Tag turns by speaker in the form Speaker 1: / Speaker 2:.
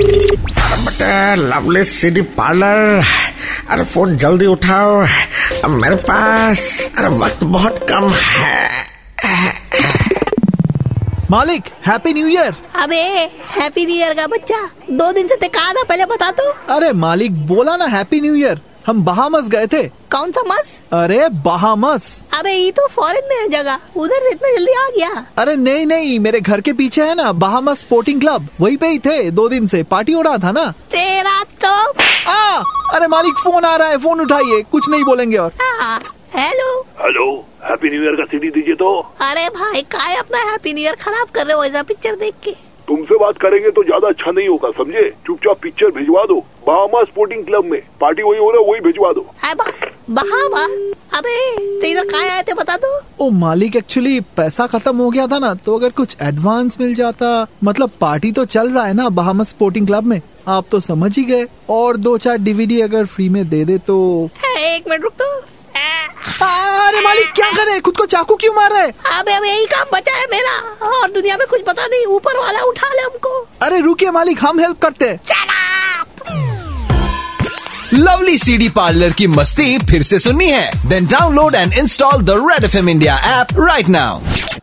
Speaker 1: But lovely city parlour अरे phone जल्दी उठाओ अब मेरे पास अरे वक्त बहुत कम है
Speaker 2: मालिक हैप्पी न्यू ईयर
Speaker 3: अबे हैप्पी न्यू ईयर का बच्चा दो दिन से ते कहा था पहले बता तो
Speaker 2: अरे मालिक बोला ना हैप्पी न्यू ईयर हम बहामस गए थे
Speaker 3: कौन सा मस
Speaker 2: अरे बहामस
Speaker 3: अबे ये तो फॉरेन में है जगह उधर से इतना जल्दी आ गया
Speaker 2: अरे नहीं नहीं मेरे घर के पीछे है ना बहामस स्पोर्टिंग क्लब वहीं पे ही थे दो दिन से पार्टी हो रहा था ना
Speaker 3: तेरा तो
Speaker 2: आ अरे मालिक फोन आ रहा है फोन उठाइए कुछ नहीं बोलेंगे और
Speaker 3: हाँ, hello
Speaker 4: hello happy new year का सीडी दीजिए तो
Speaker 3: अरे भाई काय अपना हैप्पी न्यू ईयर खराब कर रहे हो ऐसा पिक्चर देख के
Speaker 4: तुमसे बात करेंगे तो ज्यादा अच्छा नहीं होगा समझे चुपचाप पिक्चर भिजवा दो बहामा स्पोर्टिंग क्लब में पार्टी वही हो रहा है वही भिजवा दो
Speaker 3: है बा, बहा बा अबे ते इधर काय आए थे बता तो। दो
Speaker 2: ओ मालिक एक्चुअली पैसा खत्म हो गया था ना तो अगर कुछ एडवांस मिल जाता मतलब पार्टी तो चल रहा है ना बहामस स्पोर्टिंग क्लब में आप तो समझ ही गए और दो चार डीवीडी अगर फ्री में दे दे तो
Speaker 3: है, एक मिनट रुक तो आ,
Speaker 2: आ, अरे मालिक क्या कर रहे हैं? खुद को चाकू क्यों मार रहे हैं?
Speaker 3: अबे अब यही काम बचा है मेरा और दुनिया में कुछ पता नहीं ऊपर वाला उठा ले हमको
Speaker 2: अरे रुकिए मालिक हम हेल्प करते हैं
Speaker 5: लवली सीडी पार्लर की मस्ती फिर से सुननी है then download and install the Red F India app right now